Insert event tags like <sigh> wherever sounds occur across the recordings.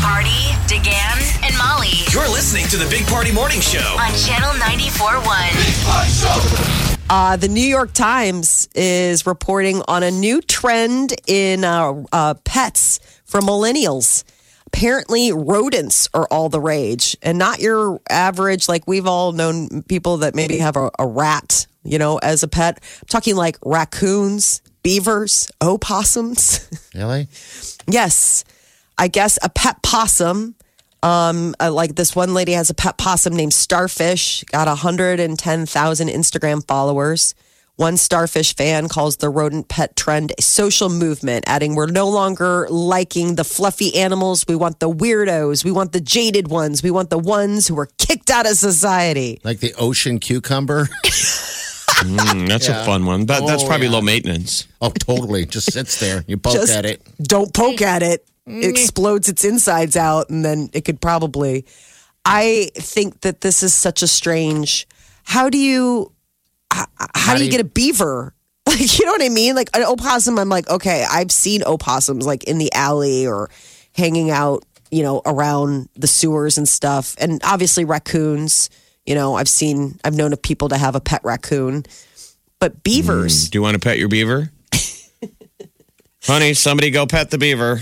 Party, DeGan, and Molly You're listening to the Big Party Morning Show. on Channel 94.1. Uh, the New York Times is reporting on a new trend in uh, uh, pets for millennials. Apparently, rodents are all the rage, and not your average. Like we've all known people that maybe have a, a rat, you know, as a pet. I'm talking like raccoons, beavers, opossums. <laughs> Really? Yes. I guess a pet possum. Um, uh, like this one lady has a pet possum named Starfish, got 110,000 Instagram followers. One Starfish fan calls the rodent pet trend a social movement, adding, We're no longer liking the fluffy animals. We want the weirdos. We want the jaded ones. We want the ones who were kicked out of society. Like the ocean cucumber? <laughs> Mm, That's a fun one. That, that's Oh, probably yeah. low maintenance. oh, totally. Just sits there. You poke Just at it. Don't poke Mm. at it. It explodes its insides out, and then it could probably. I think that this is such a strange. How do you? h- How, do you get a beaver? <laughs> Like you know what I mean? Like an opossum. I'm like, okay, I've seen opossums like in the alley or hanging out, you know, around the sewers and stuff. And obviously raccoons. You know, I've seen, I've known of people to have a pet raccoon, but beavers. Do you want to pet <laughs> your beaver? Honey, somebody go pet <laughs> the beaver.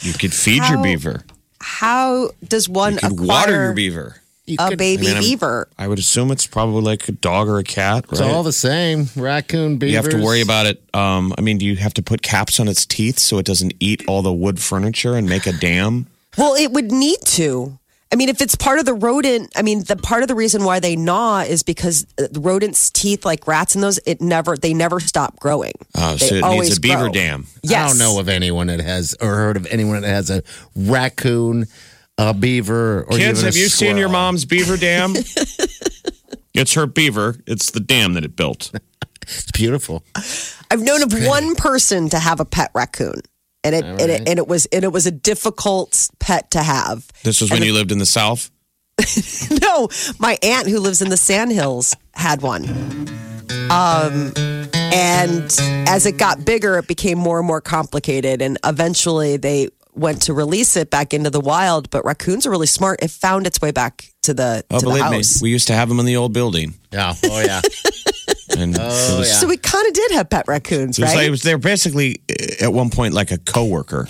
you could feed your How- beaver. How does one You could acquire water your beaver. You a could- baby I mean, I'm- beaver? I would assume it's probably like a dog or a cat, right? It's all the same. Raccoon, beavers. you have to worry about it. Um, I mean, do you have to put caps on its teeth so it doesn't eat all the wood furniture and make a dam? Well, it would need to. I mean, if it's part of the rodent, I mean, the part of the reason why they gnaw is because uh, rodents' teeth, like rats and those, it never they never stop growing. Oh, They so it needs always a beaver grow. dam. Yes. I don't know of anyone that has, or heard of anyone that has a raccoon, a beaver, or even Kids, a have you seen your squirrel. mom's <laughs> beaver dam? it's her beaver. It's the dam that it built. It's beautiful. I've known of one person to have a pet raccoon, and it, and it and it was and it was a difficult pet to have. This was when you lived in the South. <laughs> no, my aunt who lives in the sand hills had one. Um, and as it got bigger, it became more and more complicated. And eventually they went to release it back into the wild. But raccoons are really smart. It found its way back to the, Oh, to the believe me, house. we used to have them in the old building, Yeah. <laughs> Oh, yeah. and it was, So we kind of did have pet raccoons, it was Oh, right? like- it was- they're basically uh, at one point like a coworker.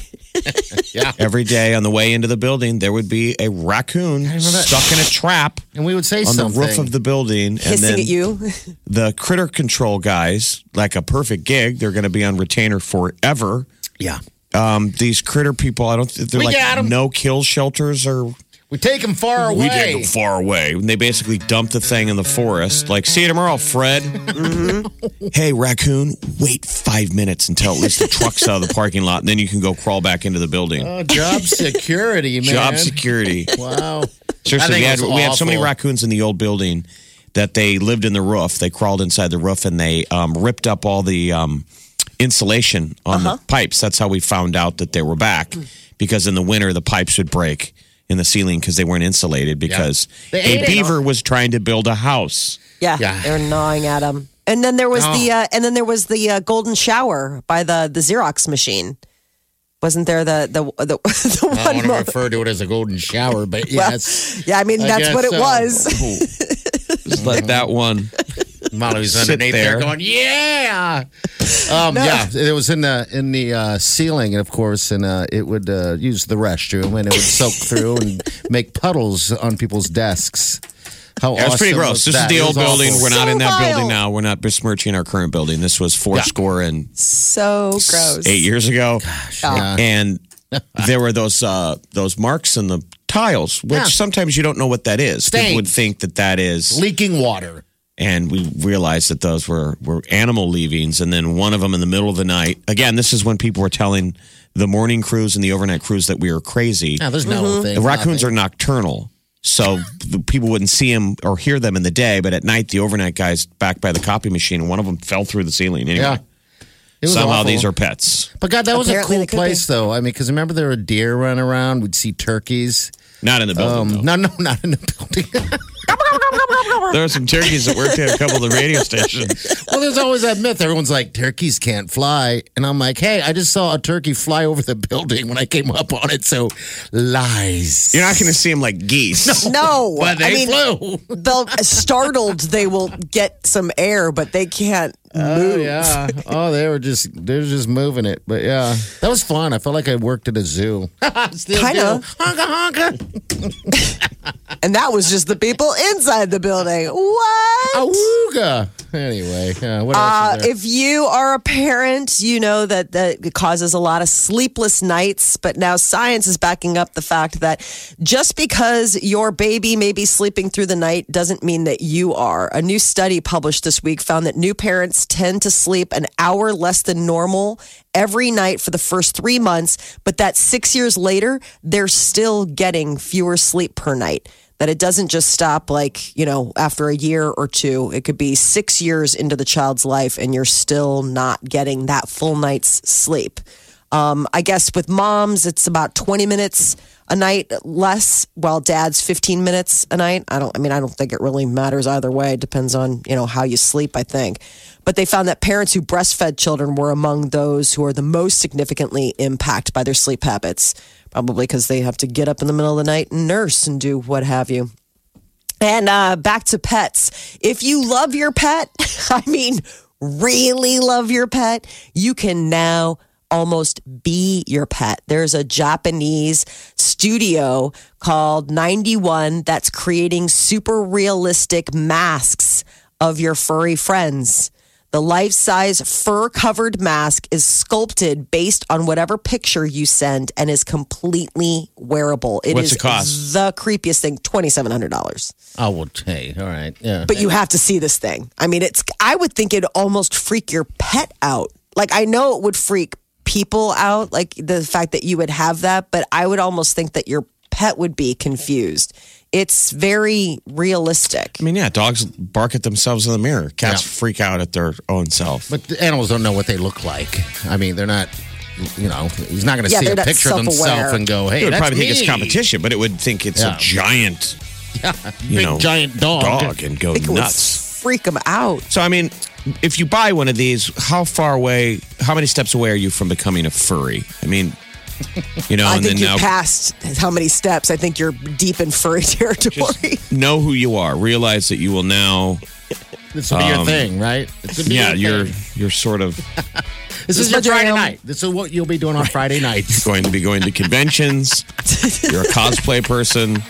Yeah. Every day on the way into the building, there would be a raccoon stuck in a trap And we would say on the something. roof of the building, and Hissing then at you. <laughs> the critter control guys, like a perfect gig, they're going to be on retainer forever. Yeah. Um, these critter people, I don't. They're We got like 'em. no kill shelters or We take them far away. we take them far away. And they basically dump the thing in the forest. Like, see you tomorrow, Fred. Mm-hmm. <laughs> Hey, raccoon, wait five minutes until at least the truck's out of the parking lot, and then you can go crawl back into the building. Oh, job security, man. <laughs> Job security. Wow. Seriously, I we think had, it was we had so many awful. raccoons in the old building that they lived in the roof. They crawled inside the roof and they um, ripped up all the um, insulation on Uh-huh. the pipes. That's how we found out that they were back Mm. because in the winter the pipes would break in the ceiling because they weren't insulated because They ate it. a beaver was trying to build a house. yeah, Yeah. They're gnawing at them. And then there was the Oh. uh, and then there was the uh, golden shower by the the Xerox machine. Wasn't there the the the, <laughs> the Oh, I don't one want to moment- refer to it as a golden shower, but yes. Yeah, I mean I that's guess what it so. was. Just like that one. Molly was Sit underneath there. there. going, "Yeah, um, yeah." It was in the in the uh, ceiling, and of course, and uh, it would uh, use the restroom, and it would <laughs> soak through and make puddles on people's desks. How That was pretty awesome gross. was This is that? the It old was awful. building. We're not in that So building vile. now. We're not besmirching our current building. This was four score and so gross. eight years ago. Yeah. <laughs> and there were those uh, those marks in the tiles, which Yeah. sometimes you don't know what that is. People would Stains. think that that is, leaking water. and we realized that those were were animal leavings. And then one of them in the middle of the night. Again, this is when people were telling the morning crews and the overnight crews that we are crazy. No, there's no thing. The raccoons are nocturnal, so the people wouldn't see them or hear them in the day, but at night, the overnight guys back by the copy machine, and one of them fell through the ceiling. Anyway, Yeah. It was somehow awful. these are pets. But God, that was a Apparently they cool could place, though. I mean, because remember there were deer running around. We'd see turkeys. Not in the building. Um, though. no, no, not in the building. There are some turkeys that worked at a couple of the radio stations. well, there's always that myth. Everyone's like, turkeys can't fly, and I'm like, hey, I just saw a turkey fly over the building when I came up on it. So lies. You're not going to see them like geese. No, But they I mean, flew. they'll startled. They will get some air, but they can't Oh move. yeah. Oh, they were just they were just moving it. But yeah, that was fun. I felt like I worked at a zoo. <laughs> Still Kinda. do. Honka honka. And that was just the people inside the building. What? Awooga. Anyway, yeah, what Uh, else is there? if you are a parent, you know that, that it causes a lot of sleepless nights. But now science is backing up the fact that just because your baby may be sleeping through the night doesn't mean that you are. A new study published this week found that new parents tend to sleep an hour less than normal every night for the first three months, but that six years later, they're still getting fewer sleep per night that it doesn't just stop like you know after a year or two it could be six years into the child's life and you're still not getting that full night's sleep um, i guess with moms it's about 20 minutes a night less while dad's 15 minutes a night i don't i mean i don't think it really matters either way it depends on you know how you sleep i think but they found that parents who breastfed children were among those who are the most significantly impacted by their sleep habits probably because they have to get up in the middle of the night and nurse and do what have you. And uh, back to pets. If you love your pet, <laughs> I mean, really love your pet, you can now almost be your pet. There's a Japanese studio called 91 that's creating super realistic masks of your furry friends. The life size fur covered mask is sculpted based on whatever picture you send and is completely wearable. It is What's it cost? the creepiest thing $2,700 Oh well, hey, all right, yeah. but you have to see this thing. I mean, it's, I would think it'd almost freak your pet out. Like, I know it would freak people out, like the fact that you would have that, but I would almost think that your pet would be confused. It's very realistic. I mean, yeah, dogs bark at themselves in the mirror. Cats Yeah. freak out at their own self. But the animals don't know what they look like. I mean, they're not. You know, he's not going to Yeah, see a they're not picture of himself self-aware. and go, It "Hey, would that's probably think it's me." competition, but it would think it's Yeah. <laughs> a giant, you Big know, giant dog. dog and go I think it would nuts. freak them out. So, I mean, if you buy one of these, how far away, how many steps away are you from becoming a furry? I <laughs> mean, you know, I Oh, and think then you now passed how many steps. I think you're deep in furry <laughs> territory. know who you are. Realize that you will now, This will be your Um, thing, right? This will be yeah, your you're thing. you're sort of This is your Friday night. This is what you'll be doing on Friday <laughs> nights, going to be going to conventions. you're a cosplay person.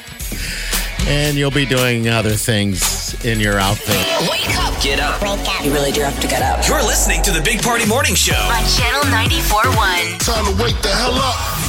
and you'll be doing other things in your outfit. Wake up Get up. You really do have to get up. You're listening to the Big Party Morning Show. on Channel 94.1. Time to wake the hell up.